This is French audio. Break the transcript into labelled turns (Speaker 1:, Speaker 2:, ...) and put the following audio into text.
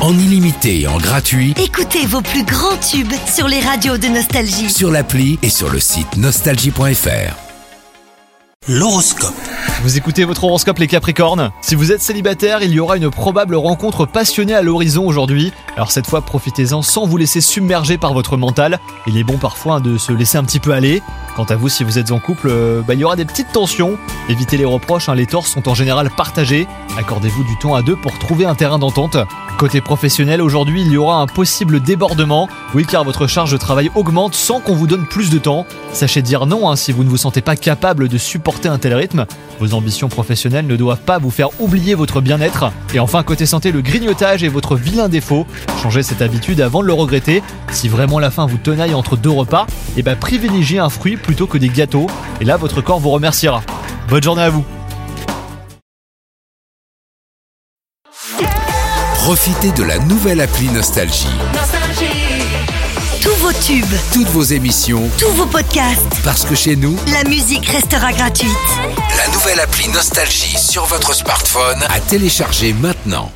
Speaker 1: en illimité et en gratuit
Speaker 2: Écoutez vos plus grands tubes sur les radios de Nostalgie.
Speaker 1: sur l'appli et sur le site nostalgie.fr.
Speaker 3: L'horoscope.
Speaker 4: Vous écoutez votre horoscope les Capricornes Si vous êtes célibataire, il y aura une probable rencontre passionnée à l'horizon aujourd'hui. Alors cette fois, profitez-en sans vous laisser submerger par votre mental. Il est bon parfois hein, de se laisser un petit peu aller. Quant à vous, si vous êtes en couple, euh, bah, il y aura des petites tensions. Évitez les reproches, hein, les torts sont en général partagés. Accordez-vous du temps à deux pour trouver un terrain d'entente. Côté professionnel, aujourd'hui, il y aura un possible débordement. Oui, car votre charge de travail augmente sans qu'on vous donne plus de temps. Sachez dire non hein, si vous ne vous sentez pas capable de supporter un tel rythme. Vos ambitions professionnelles ne doivent pas vous faire oublier votre bien-être. Et enfin, côté santé, le grignotage est votre vilain défaut. Changez cette habitude avant de le regretter. Si vraiment la faim vous tenaille entre deux repas, eh ben, privilégiez un fruit plutôt que des gâteaux. Et là, votre corps vous remerciera. Bonne journée à vous
Speaker 1: Profitez de la nouvelle appli Nostalgie.
Speaker 2: Tous vos tubes,
Speaker 1: Toutes vos émissions,
Speaker 2: tous vos podcasts,
Speaker 1: parce que chez nous,
Speaker 2: la musique restera gratuite.
Speaker 1: la nouvelle appli Nostalgie sur votre smartphone à télécharger maintenant.